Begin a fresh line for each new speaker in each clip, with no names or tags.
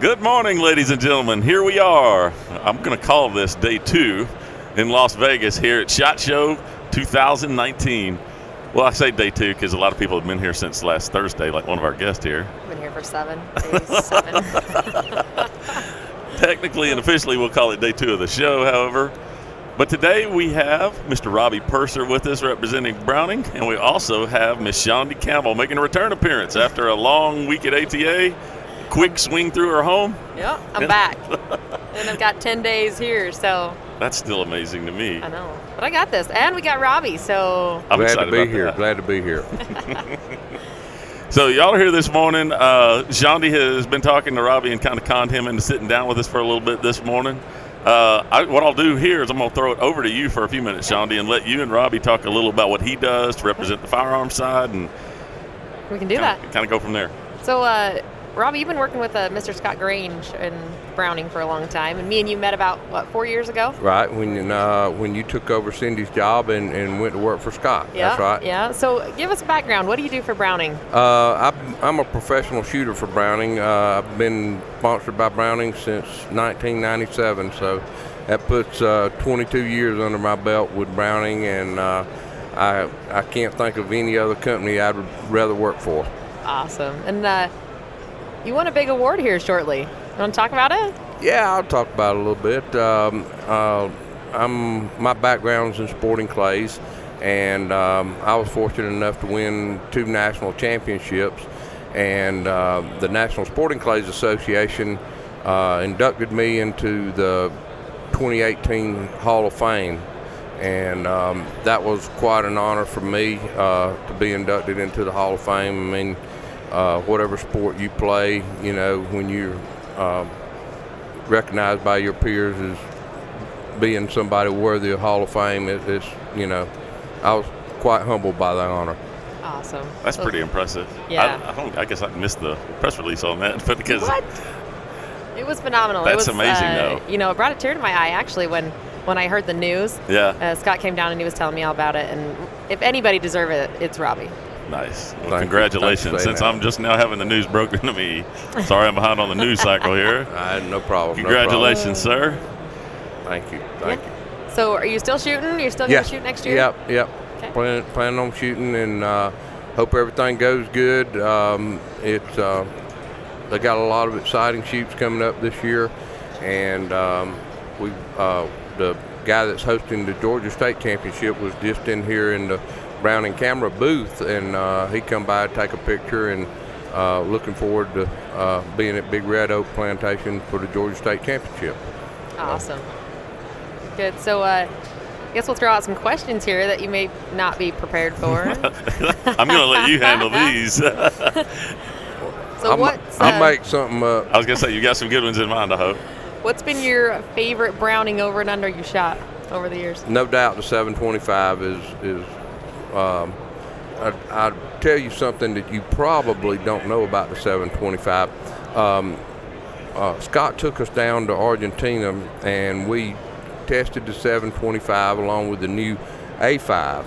Good morning, ladies and gentlemen. Here we are. I'm going to call this day two in Las Vegas here at SHOT Show 2019. Well, I say day two because a lot of people have been here since last Thursday, like one of our guests here.
I've been here for seven. days, seven.
Technically and officially, we'll call it day two of the show, however. But today we have Mr. Robbie Purser with us representing Browning, and we also have Miss Shondi Campbell making a return appearance after a long week at ATA. Quick swing through her home.
Yeah, I'm back. and I've got 10 days here, so
That's still amazing to me.
I know. But I got this. And we got Robbie, so
I'm
Glad
excited
to be
about
here.
that.
Glad to be here.
So y'all are here this morning. Uh, Shondi has been talking to Robbie and kind of conned him into sitting down with us for a little bit this morning. Uh, I, what I'll do here is I'm going to throw it over to you for a few minutes, Shondi, and let you and Robbie talk a little about what he does to represent the firearm side and
we can do that.
kind of, kind of go from there.
So, uh, Robbie, you've been working with uh, Mr. Scott Grange in Browning for a long time, and me and you met about, what, four years ago?
right when uh, when you took over Cindy's job and, and went to work for Scott.
Yeah.
That's right.
Yeah. So, give us a background. What do you do for Browning?
Uh, I'm, I'm a professional shooter for Browning. Uh, I've been sponsored by Browning since 1997, so that puts uh, 22 years under my belt with Browning, and uh, I I can't think of any other company I'd rather work for.
Awesome. And uh, you won a big award here shortly. You want to talk about it?
Yeah, I'll talk about it a little bit. Um, uh, I'm my background's in sporting clays, and um, I was fortunate enough to win two national championships. And uh, the National Sporting Clays Association uh, inducted me into the 2018 Hall of Fame, and um, that was quite an honor for me uh, to be inducted into the Hall of Fame. I mean, uh, whatever sport you play, you know, when you're uh, recognized by your peers as being somebody worthy of Hall of Fame. It, it's you know, I was quite humbled by that honor.
Awesome.
That's
So-
pretty impressive.
Yeah.
I, I don't. I guess I missed the press release on that, but because
What? It was phenomenal.
That's
it was,
amazing,
uh,
though.
You know, it brought a tear to my eye actually when when I heard the news.
yeah,
Uh, Scott came down and he was telling me all about it. And if anybody deserves it, it's Robbie.
nice. Well,
you.
congratulations.
Thanks for saying
Since
that.
I'm just now having the news broken to me, sorry I'm behind on the news cycle here.
I had no problem. no problem.
Congratulations, sir.
Thank you. Thank you.
So are you still shooting? You're still
yeah.
going to shoot next year?
Yep, yep.
Okay.
Plan, planning on shooting and uh, hope everything goes good. Um, it's uh, they got a lot of exciting shoots coming up this year, and um, we uh, the guy that's hosting the Georgia State Championship was just in here in the Brown and Camera booth, and uh, he come by take a picture and. Uh, looking forward to uh, being at Big Red Oak Plantation for the Georgia State Championship.
Oh, Awesome. Good. So uh, I guess we'll throw out some questions here that you may not be prepared for.
I'm going to let you handle these. I
so
I'm-
what's,
I'll
uh,
make something up.
was going to say, you got some good ones in mind, I hope.
what's been your favorite Browning over and under you shot over the years?
no doubt the 725 is is um, I, I tell you something that you probably don't know about the 725 um, uh, Scott took us down to Argentina and we tested the 725 along with the new A5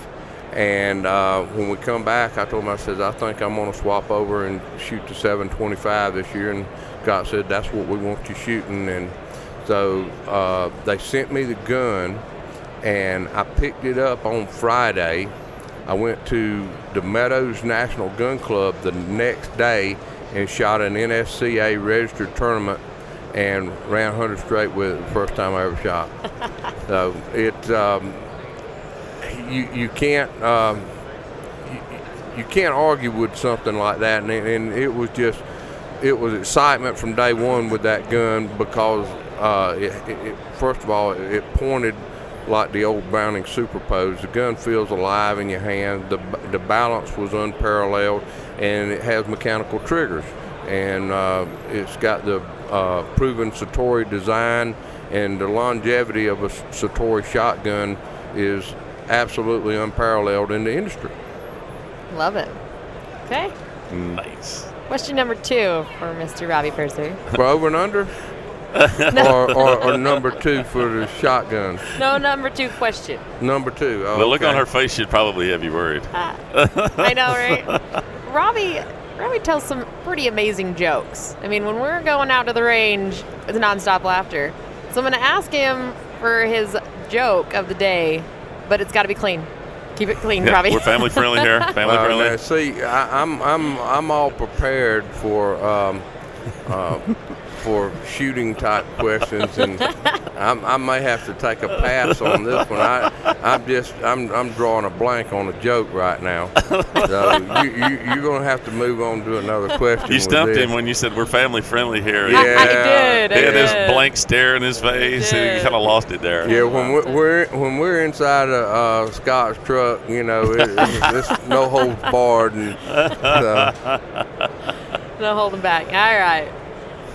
and uh, when we come back I told him I said I think I'm gonna swap over and shoot the 725 this year and Scott said that's what we want you shooting and so uh, they sent me the gun and I picked it up on Friday. I went to the Meadows National Gun Club the next day and shot an NSCA registered tournament and ran 100 straight with it the first time I ever shot. so it um, you you can't um, you, you can't argue with something like that, and, and it was just it was excitement from day one with that gun because uh, it, it, it- first of all it pointed like the old Browning Superpose. The gun feels alive in your hand. The the balance was unparalleled, and it has mechanical triggers, and uh, it's got the uh, proven Satori design, and the longevity of a Satori shotgun is absolutely unparalleled in the industry.
Love it. Okay.
Mm.
Nice.
Question number two for Mr. Robbie Purser.
For over and under, or, or, or number two for the shotgun.
No number two question.
Number two. oh,
The look on
okay.
Uh. her face should probably have you worried.
I know, right? Robbie, Robbie tells some pretty amazing jokes. I mean, when we're going out to the range, it's nonstop laughter. So I'm going to ask him for his joke of the day, but it's got to be clean. Keep it clean,
Yeah,
Robbie.
We're family friendly here. Family
Uh,
friendly.
now, see, I, I'm I'm I'm all prepared for um, uh, for shooting type questions, and I'm, I may have to take a pass on this one. I I'm just I'm I'm drawing a blank on a joke right now. So you, you, you're gonna have to move on to another question.
You
with
stumped
this.
him when you said we're family friendly here.
Yeah,
I, did. I
He had this
did.
blank stare in his face, and he
did.
kind of lost it there.
Yeah, when we're, we're when we're inside a uh, Scott's truck, you know, it, it's it's no holds barred, and so.
No holding back. All right.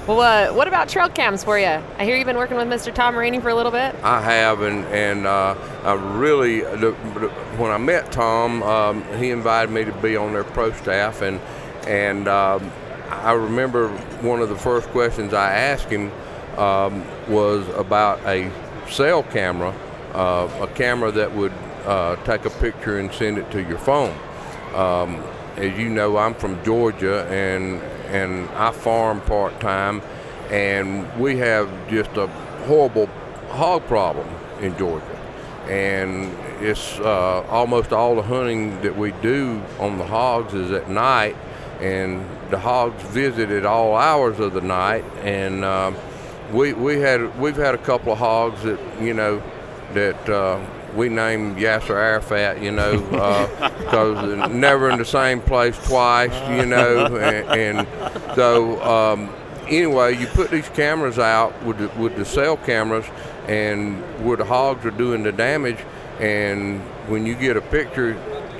Well, uh, what about trail cams for you? I hear you've been working with Mr. Tom Rainey for a little bit.
I have, and and uh, I really the, the- when I met Tom, um, he invited me to be on their pro staff, and and um, I remember one of the first questions I asked him um, was about a cell camera, uh, a camera that would uh, take a picture and send it to your phone. Um, as you know, I'm from Georgia, and and I farm part time, and we have just a horrible hog problem in Georgia, and it's uh, almost all the hunting that we do on the hogs is at night, and the hogs visit at all hours of the night, and um we we had we've had a couple of hogs that you know that uh, we named Yasser Arafat, you know, because never in the same place twice, you know, and, and so um, anyway, you put these cameras out with the, with the cell cameras, and where the hogs are doing the damage, and when you get a picture,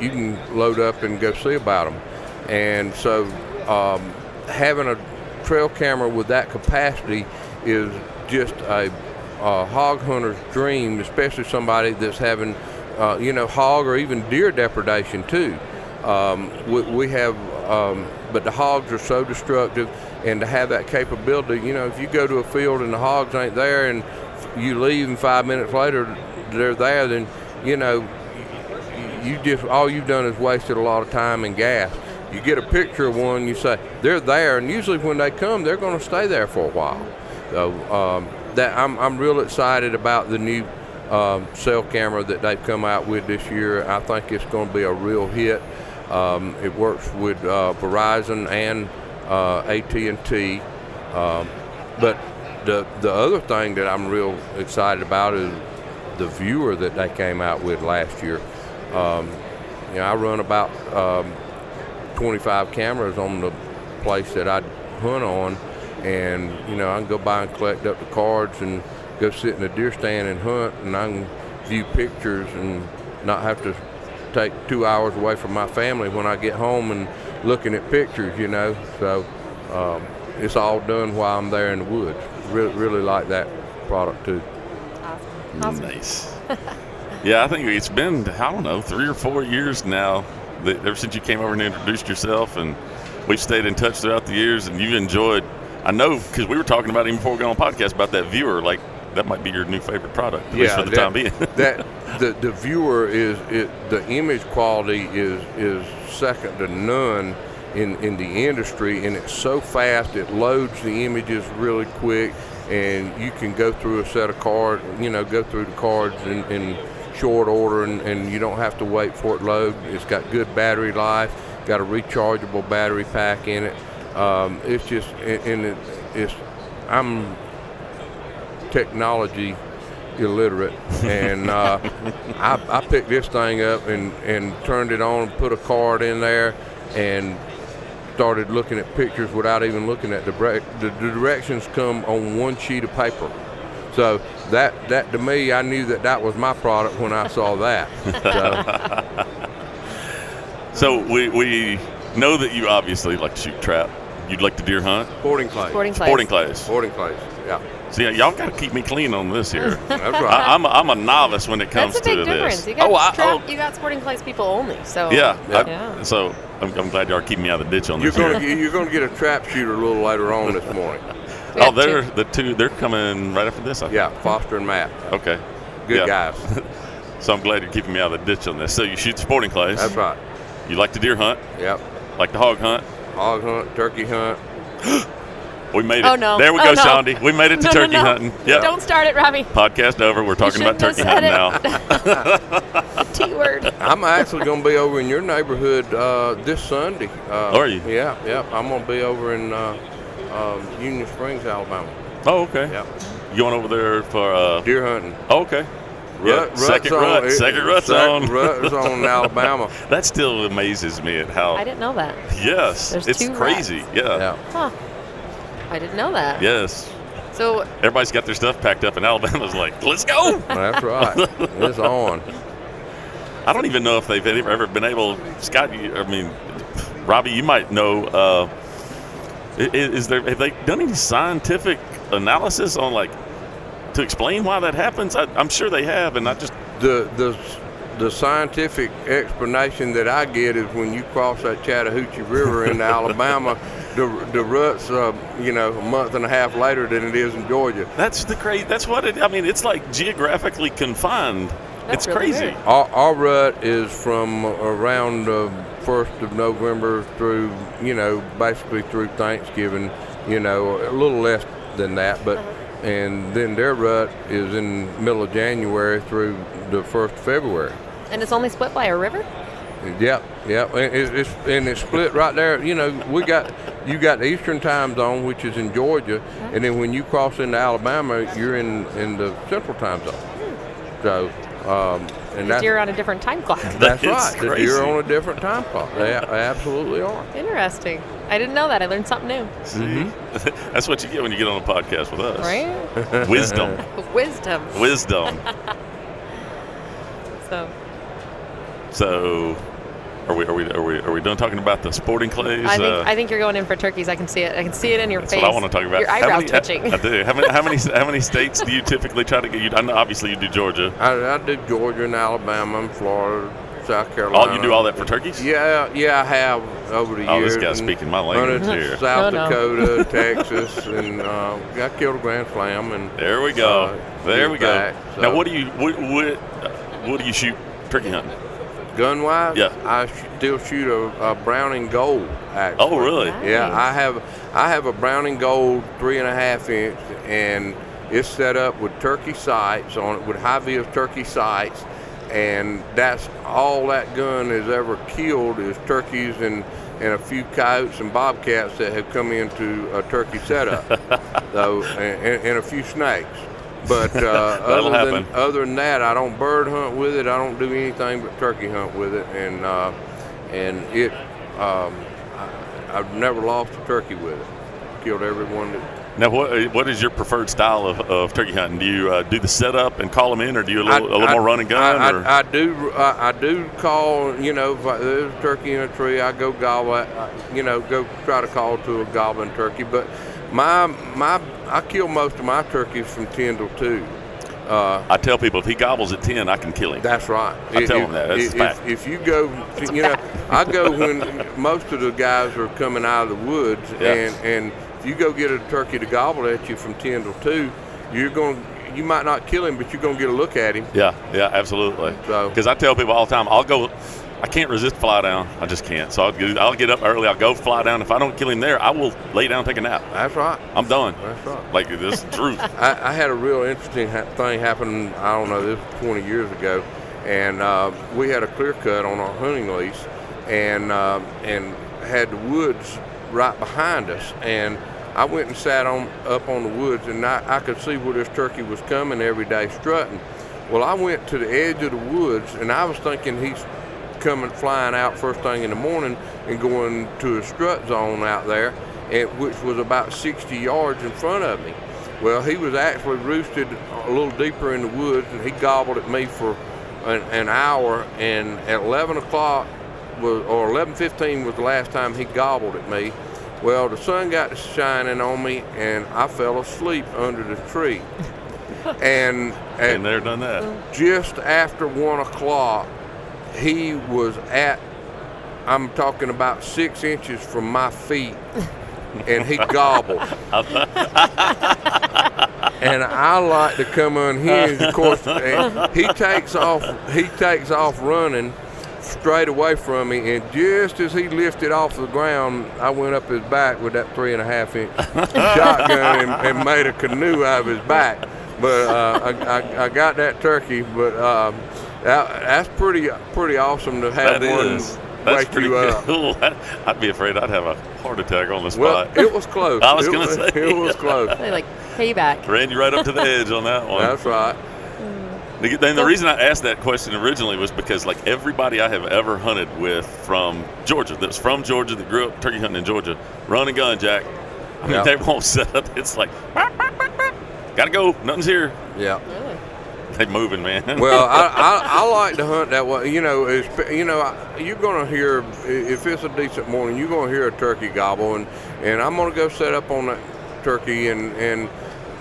you can load up and go see about them, and so um, having a trail camera with that capacity is just a a hog hunter's dream, especially somebody that's having, uh, you know, hog or even deer depredation too. Um, we, we have, um, but the hogs are so destructive, and to have that capability, you know, if you go to a field and the hogs ain't there, and you leave, and five minutes later they're there, then you know you just all you've done is wasted a lot of time and gas. You get a picture of one, you say they're there, and usually when they come, they're going to stay there for a while. So um, that I'm I'm real excited about the new um, cell camera that they've come out with this year. I think it's going to be a real hit. Um, it works with uh, Verizon and uh, AT&T. Um, but the the other thing that I'm real excited about is the viewer that they came out with last year. Um, you know, I run about um, 25 cameras on the place that I hunt on, and you know I can go by and collect up the cards and go sit in a deer stand and hunt, and I can view pictures and not have to take two hours away from my family when I get home and looking at pictures, you know. So um, it's all done while I'm there in the woods. Really, really like that product too.
Awesome. Awesome.
Nice. yeah, I think it's been I don't know three or four years now that ever since you came over and introduced yourself, and we've stayed in touch throughout the years, and you've enjoyed. I know because we were talking about it even before we got on the podcast about that viewer, like that might be your new favorite product at least for the
that,
time being.
that the, the viewer is it, the image quality is is second to none in in the industry, and it's so fast it loads the images really quick, and you can go through a set of card, you know, go through the cards in, in short order, and, and you don't have to wait for it to load. It's got good battery life, got a rechargeable battery pack in it. Um, it's just and it, it's I'm technology illiterate, and uh, I, I picked this thing up and, and turned it on, put a card in there, and started looking at pictures without even looking at the break. The, the directions come on one sheet of paper, so that that to me, I knew that that was my product when I saw that. So,
so we we know that you obviously like to shoot trap. You'd like to deer hunt,
sporting clays.
Sporting place.
sporting clays.
Sporting clays. Yeah,
See, y'all got to keep me clean on this here.
that's right.
I, I'm a, I'm a novice when it comes
That's a big
to
difference.
this.
You got,
oh, I,
trap,
oh,
you got sporting place people only. So
yeah. I-
Yeah.
So I'm, I'm glad y'all are keeping me out of the ditch on
oh. You're
this.
gonna
here.
get- you're gonna get a trap shooter a little later on this morning.
We
oh,
have
they're
two.
the two. They're coming right after this. I think.
Yeah, Foster and Matt,
Okay.
good
Yeah.
guys.
So I'm glad you're keeping me out of the ditch on this. So you shoot sporting clays.
That's right.
You like to deer hunt,
Yep.
like to hog hunt,
hog hunt, turkey hunt.
We made it.
Oh, no.
There we
Oh,
go,
no.
Shondi. We made it to
No, no,
turkey
no.
hunting. Yep.
Don't start it, Robbie.
Podcast over. We're talking about turkey
shouldn't
hunting
have
now.
T word.
I'm actually going to be over in your neighborhood uh, this Sunday. Uh,
Are you?
Yeah, yeah. I'm going to be over in uh, um, Union Springs, Alabama.
Oh, okay.
Yeah,
You went over there for uh
deer hunting.
oh, okay. Yeah,
Rut- rut's
second
on.
rut.
It-
second rut's
sec-
on.
Rut's on in Alabama.
That still amazes me at
I
how
didn't know that.
Yes.
There's
It's
two
crazy. Yeah.
Yeah.
Huh. I didn't know that.
Yes.
So
Everybody's got their stuff packed up and Alabama's like, Let's go.
That's right. It's on.
I don't even know if they've ever ever been able. Scott, you, I mean, Robbie, you might know. Uh, i- i- is there have they done any scientific analysis on like to explain why that happens? I, I'm sure they have, and I just
The the the scientific explanation that I get is when you cross that Chattahoochee River into Alabama, the the rut's uh, you know a month and a half later than it is in Georgia.
that's the crazy. That's what it. I mean, it's like geographically confined.
That's
it's
really
crazy.
weird.
Our, our rut is from around the first of November through, you know, basically through Thanksgiving. You know, a little less than that, but and then their rut is in middle of January through the first of February.
and it's only split by a river?
Yep, yep, and it, it's and it's split right there. You know, we got you got the Eastern time zone, which is in Georgia, and then when you cross into Alabama, you're in in the Central time zone. So, um, and that's
Deer on a different time clock.
that's
That is
right. The
crazy.
deer on a different time clock. They a- absolutely are.
Interesting. I didn't know that. I learned something new.
See?
Mm-hmm.
that's what you get when you get on a podcast with us.
Right?
Wisdom,
Wisdom.
wisdom.
So
So, are we are we are we are we done talking about the sporting clays?
I think
Uh,
I think you're going in for turkeys. I can see it. I can see it in your
That's
face.
what I want to talk about.
Your
How
eyebrow
many-
twitching.
I, I do. How many, how many? How many states do you typically try to get? You, I know, obviously, you do Georgia.
I, I do Georgia and Alabama and Florida, South Carolina.
All Oh, you do all that for turkeys?
Yeah, yeah, I have over the
Oh, this
years.
guy's
and
speaking my
run it
language
to
here.
South
No, no.
Dakota, Texas, and uh, I killed a grand slam and
There we go.
Uh,
there we go.
back,
Now,
so-
what do you what what what do you shoot turkey hunting?
gun wise.
Yeah.
I sh- still shoot a, a Browning gold. Actually.
Oh, really?
Nice.
Yeah, I have I have a Browning Gold three and a half inch, and it's set up with turkey sights on it with high vis turkey sights, and that's all that gun has ever killed is turkeys and and a few coyotes and bobcats that have come into a turkey setup, so and, and, and a few snakes. But uh,
That'll
other
happen.
than other than that, I don't bird hunt with it. I don't do anything but turkey hunt with it, and uh, and it, um, I, I've never lost a turkey with it. Killed everyone that.
Now, what what is your preferred style of, of turkey hunting? Do you uh, do the setup and call them in, or do you a
I-
little, a little
I-
more run and gun?
I,
or?
I, I do. I, I do call. You know, if I, there's a turkey in a tree, I go gobble. at- I, you know, go try to call to a goblin turkey. But my my, I kill most of my turkeys from ten till two. Uh,
I tell people if he gobbles at ten, I can kill him.
That's right.
I tell 'em that. That's
if,
a fact.
If, if you go, you know, I go when most of the guys are coming out of the woods,
Yeah.
and and if you go get a turkey to gobble at you from ten till two, you're going. You might not kill him, but you're going to get a look at him.
Yeah, yeah, absolutely.
So-
Because I tell people all the time, I'll go. I can't resist fly down. I just can't. So I'll get, I'll get up early. I'll go fly down. If I don't kill him there, I will lay down, and take a nap.
That's right.
I'm done.
That's right.
Like this is the truth.
I, I had a real interesting ha- thing happen. I don't know, this was 20 years ago, and uh, we had a clear cut on our hunting lease, and uh, and had the woods right behind us, and I went and sat on up on the woods, and I, I could see where this turkey was coming every day strutting. Well, I went to the edge of the woods, and I was thinking he's coming flying out first thing in the morning and going to a strut zone out there, at, which was about 60 yards in front of me. Well, he was actually roosted a little deeper in the woods, and he gobbled at me for an, an hour. And at 11 o'clock was, or 11:15 was the last time he gobbled at me. Well, the sun got to shining on me, and I fell asleep under the tree. and at
And there, done that.
just after one o'clock, he was at, I'm talking about six inches from my feet, and he gobbled. and I like to come unhinged, of course. And he takes off. He takes off running straight away from me, and just as he lifted off the ground, I went up his back with that three and a half inch shotgun and, and made a canoe out of his back. But uh, I, I, I got that turkey. But um, that, that's pretty pretty awesome to have
That
one
is. That's
wake
pretty
you up.
cool. I'd be afraid I'd have a heart attack on the
Well,
spot.
it was close.
I was
It
gonna say.
it was close.
They like payback.
Ran you right up to the edge on that one.
That's right.
The- Then the reason I asked that question originally was because like everybody I have ever hunted with from Georgia, that's from Georgia, that grew up turkey hunting in Georgia, run and gun, Jack. I mean,
Yeah.
they won't set up. It's like, "Bop, bop, bop, bop. gotta go. Nothing's here.
Yeah.
Really?
They moving, man.
Well, I, I, I like to hunt that way. You know, it's, you know, I- you're gonna hear i- if it's a decent morning, you're gonna hear a turkey gobble, and and I'm gonna go set up on that turkey, and and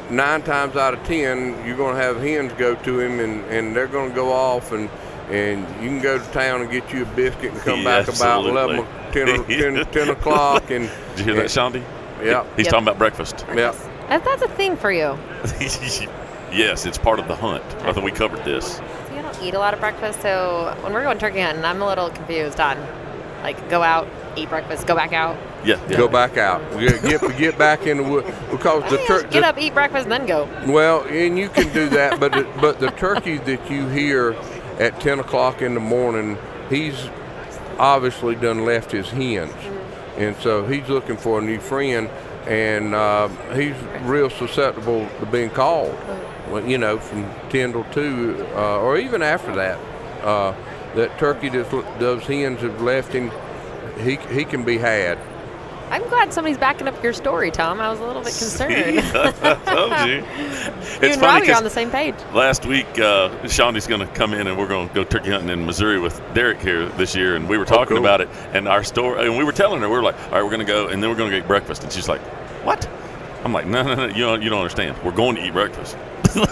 nine times out of ten, you're gonna have hens go to him, and and they're gonna go off, and and you can go to town and get you a biscuit and come
Yeah,
back about eleven,
absolutely.
o- 10, o- 10, 10 o'clock, and
Did you hear that, Shanti?
Yeah.
He's
Yep.
talking about breakfast.
Yeah.
That, that's a thing for you.
yes, it's part of the hunt. I think we covered this.
See, I don't eat a lot of breakfast, so when we're going turkey hunting, I'm a little confused on, like, go out, eat breakfast, go back out.
Yeah. yeah.
Go back out. Get, get get back in the wood because
I
the
think I
turkey.
should get up, eat breakfast, and then go.
Well, and you can do that, but the, but the turkey that you hear at ten o'clock in the morning, he's obviously done left his hens, and so he's looking for a new friend, and uh, he's real susceptible to being called. Well, you know, from ten till two, uh, or even after that, uh, that turkey that l- those hens have left him, he he can be had.
I'm glad somebody's backing up your story, Tom. I was a little bit concerned.
See? I told you.
you
It's funny
and Robbie are
'cause
on the same page.
last week uh, Shondi's going to come in and we're going to go turkey hunting in Missouri with Derek here this year, and we were talking
Oh, cool.
about it and our story, and we were telling her we were like, all right, we're going to go, and then we're going to get breakfast, and she's like, what? I'm like, no, no, no, you don't, you don't understand. We're going to eat breakfast.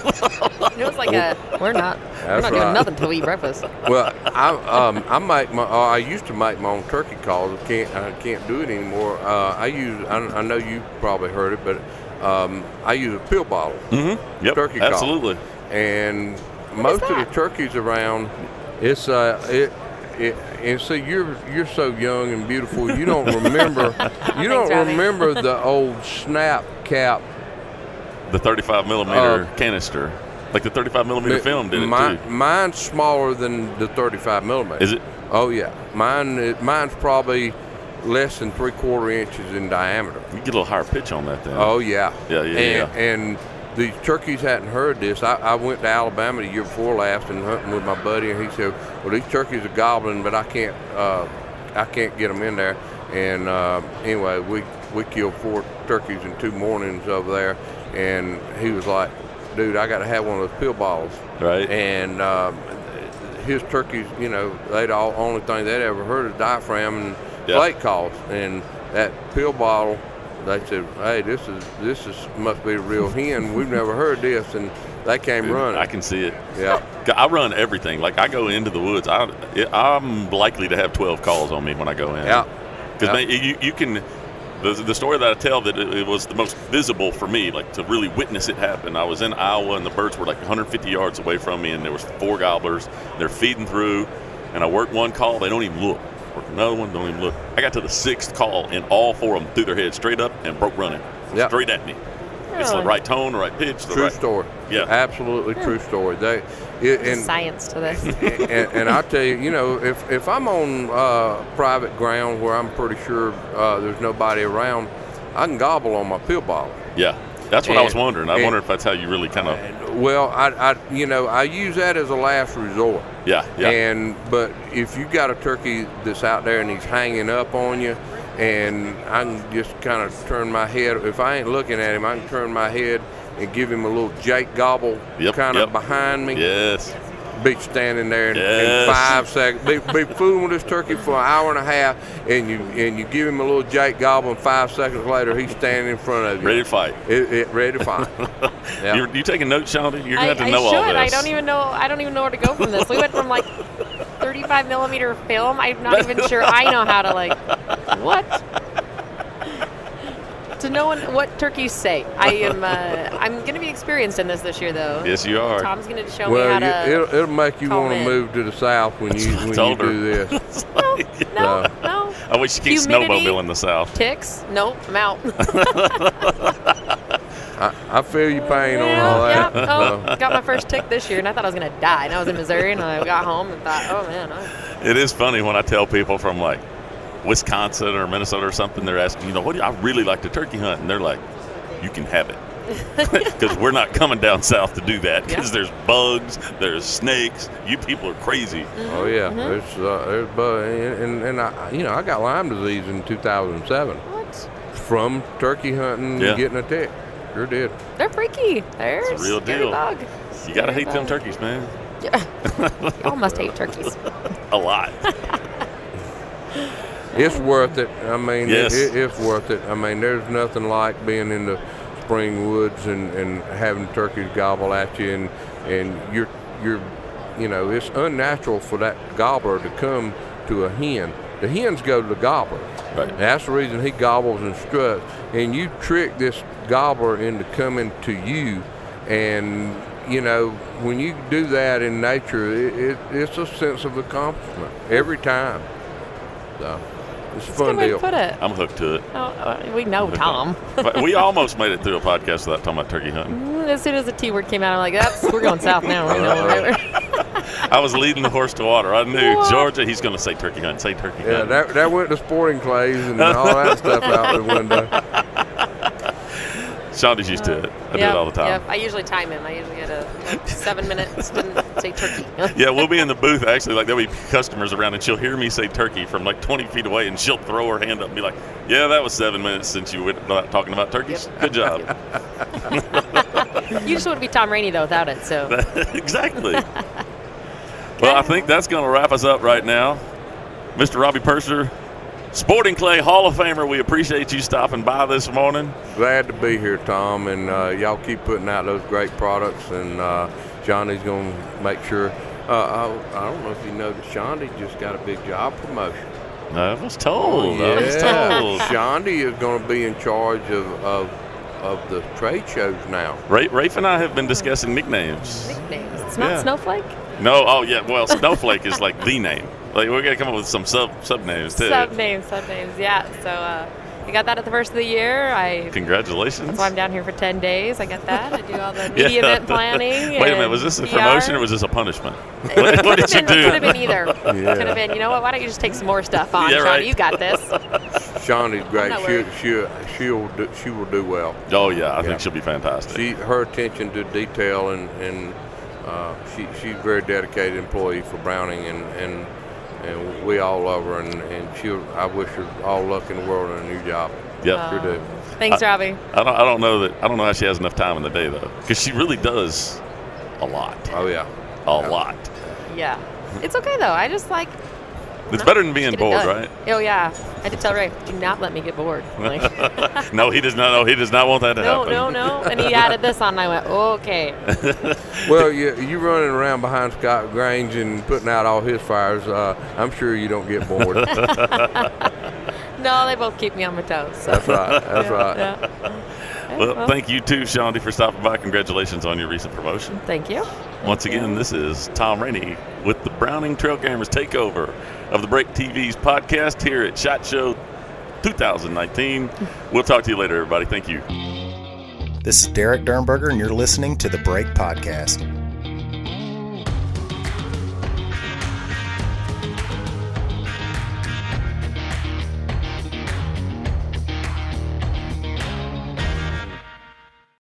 It was like a, we're not, we're
That's
not
right.
doing nothing till we eat breakfast.
well, I um, I make my uh, I used to make my own turkey calls. I can't I can't do it anymore. Uh, I use I, I know you probably heard it, but um, I use a pill bottle,
Mm-hmm. Yep,
Turkey call.
absolutely.
and most of the
that?
turkeys around, it's uh it. It, and see, you're you're so young and beautiful. You don't remember. you don't
Thanks, Robbie.
remember the old snap cap
The 35 millimeter
Uh,
canister, like the 35 millimeter
Mi-
film did it
mi-
too.
Mine's smaller than the 35 millimeter.
Is it?
Oh yeah, mine. i- Mine's probably less than three quarter inches in diameter.
You get a little higher pitch on that then.
Oh yeah.
Yeah, yeah,
and, And the turkeys hadn't heard this. I, I went to Alabama the year before last and hunting with my buddy, and he said, "Well, these turkeys are gobbling, but I can't, uh, I can't get them in there." And uh, anyway, we we killed four turkeys in two mornings over there, and he was like, "Dude, I got to have one of those pill bottles."
Right.
And um, his turkeys, you know, they'd all only thing they'd ever heard is diaphragm and
Yeah.
plate calls, and that pill bottle. They said, "Hey, this is this is must be a real hen. We've never heard this." And they came running.
I can see it.
yeah,
I run everything. Like I go into the woods. I, it, I'm likely to have 12 calls on me when I go in.
Yeah. Yeah.
Because you, you can, the, the story that I tell that it, it was the most visible for me, like to really witness it happen. I was in Iowa and the birds were like 150 yards away from me, and there was four gobblers. They're feeding through, and I work one call. They don't even look. Work another one. Don't even look. I got to the sixth call, and all four of them threw their head straight up and broke running
Yeah.
straight at me. It's the
Really?
right tone, the right pitch, the
true
right.
story.
Yeah.
absolutely true story. They it,
There's
and
science to this.
and, and I tell you, you know, if, if I'm on uh, private ground where I'm pretty sure uh, there's nobody around, I can gobble on my pill bottle.
Yeah, that's what I was
And-
wondering. I
and-
wonder if that's how you really kind of.
Well, I, I you know I use that as a last resort.
Yeah, yeah.
And but if you got a turkey that's out there and he's hanging up on you, and I can just kind of turn my head. If I ain't looking at him, I can turn my head and give him a little Jake gobble,
Yep,
kind of
yep.
behind me.
yes.
Be standing there in,
Yes.
in five seconds. Be, be fooling with this turkey for an hour and a half, and you and you give him a little Jake gobble, and five seconds later he's standing in front of you.
Ready to fight.
It, it ready to fight. Yeah.
You're, you taking notes, Sean? You're gonna
I,
have to
I
know
should.
all this.
I don't even know. I don't even know where to go from this. We went from like 35 millimeter film. I'm not even sure I know how to like what to to know what turkeys say. I am. Uh, I'm going to be experienced in this this year, though.
Yes, you are.
Tom's going to show
well,
me how
you,
to.
it'll, it'll make you
call
want to
in.
move to the south when you when
It's
you
older.
do this.
It's like-
no,
uh,
no.
I wish you keep
Humidity.
snowmobile in the south.
Ticks? Nope. I'm out.
I, I feel your pain on all
yeah,
that.
yeah.
so.
Oh, got my first tick this year, and I thought I was going to die. And I was in Missouri, and I got home and thought, oh man. i
It is funny when I tell people from like Wisconsin or Minnesota or something, they're asking, you know, what do you- I really like to turkey hunt, and they're like, you can have it. Because we're not coming down south to do that. Because
Yeah.
there's bugs, there's snakes. You people are crazy.
Oh
Mm-hmm.
yeah, there's uh, there's bu- and and, and I, you know I got Lyme disease in 2007
what?
from turkey hunting
Yeah.
and getting a tick. Sure did.
They're freaky. They're
It's a real
scary
deal.
Bug.
You gotta
Scary
hate them
bug.
turkeys, man.
Yeah. Y'all must hate turkeys.
A lot.
It's worth it. I mean,
Yes.
it, it, it's worth it. I mean, there's nothing like being in the spring woods and, and having turkeys gobble at you, and and you're you're you know it's unnatural for that gobbler to come to a hen. The hens go to the gobbler.
Right.
That's the reason he gobbles and struts. And you trick this gobbler into coming to you, and you know when you do that in nature, it, it, it's a sense of accomplishment every time. So it's a
That's a
fun
good way to
deal.
put it.
I'm hooked to it.
Oh, uh, we know
Hooked on
Tom.
it. But we almost made it through a podcast without talking about turkey hunting.
Mm, As soon as the T word came out, I'm like, that's we're going south now. We know whatever.
I was leading the horse to water. I knew
What?
Georgia. He's going to say turkey hunt. Say turkey
Yeah,
hunt.
that, that went to sporting clays and all that stuff out the window.
Shonda's used to it. I do it all the time.
Yep. I usually time him. I usually get a like, seven minutes to say turkey.
Yeah, we'll be in the booth actually. Like there'll be customers around, and she'll hear me say turkey from like 20 feet away, and she'll throw her hand up and be like, "Yeah, that was seven minutes since you were not talking about turkeys. Good job."
you just wouldn't be Tom Rainey though without it. So
exactly. Well, I think that's going to wrap us up right now, Mr. Robbie Purser, Sporting Clay Hall of Famer. We appreciate you stopping by this morning.
Glad to be here, Tom, and uh, y'all keep putting out those great products. And uh, Johnny's going to make sure. Uh, I, I don't know if you know that Shondi just got a big job promotion.
I was told. I was told.
Shondi is going to be in charge of, of of the trade shows now.
Ra- Rafe and I have been discussing nicknames.
nicknames. It's not
Yeah.
Snowflake.
No, oh yeah, well, Snowflake is like the name. Like we're gonna come up with some sub sub names too.
Sub names. Sub names. Yeah. So uh, I got that at the first of the year. I.
Congratulations.
That's why I'm down here for 10 days. I got that. I do all the
Yeah.
media event planning.
Wait a minute, was this a promotion or was this a punishment? What, what did you
Could have
do?
been either. Could have been, you know what? Why don't you just take some more stuff on,
Yeah,
Sean?
right.
You got this.
Shondi's great.
not
She
worried.
she she'll do, she will do well.
Oh yeah, I
Yeah.
think she'll be fantastic.
She her attention to detail and and uh, she she's a very dedicated employee for Browning and and and we all love her and and she will I wish her all luck in the world and a new job.
yeah.
Uh,
Sure do.
Um, Thanks, Robbie.
I don't I don't know that I don't know how she has enough time in the day though, because she really does a lot,
Oh yeah.
a lot.
Yeah. It's okay, though. I just like
It's better than being
Get it
bored,
done.
right?
Oh yeah, I had to tell Ray, do not let me get bored. I'm Like,
No, he does not. No, he does not want that to
no,
happen.
no, no. And he added this on, and I went, okay.
Well, you you running around behind Scott Grange and putting out all his fires. Uh, I'm sure you don't get bored. That's
No, they both keep me on my toes. So.
right.
yeah,
That's right.
yeah. Okay,
Well, thank you too, Shondi, for stopping by. Congratulations on your recent promotion.
thank you.
Once again, this is Tom Rainey with the Browning Trail Gamers takeover of the Break TV's podcast here at SHOT Show 2019. We'll talk to you later, everybody. Thank you.
This is Derek Dernberger, and you're listening to The Break Podcast.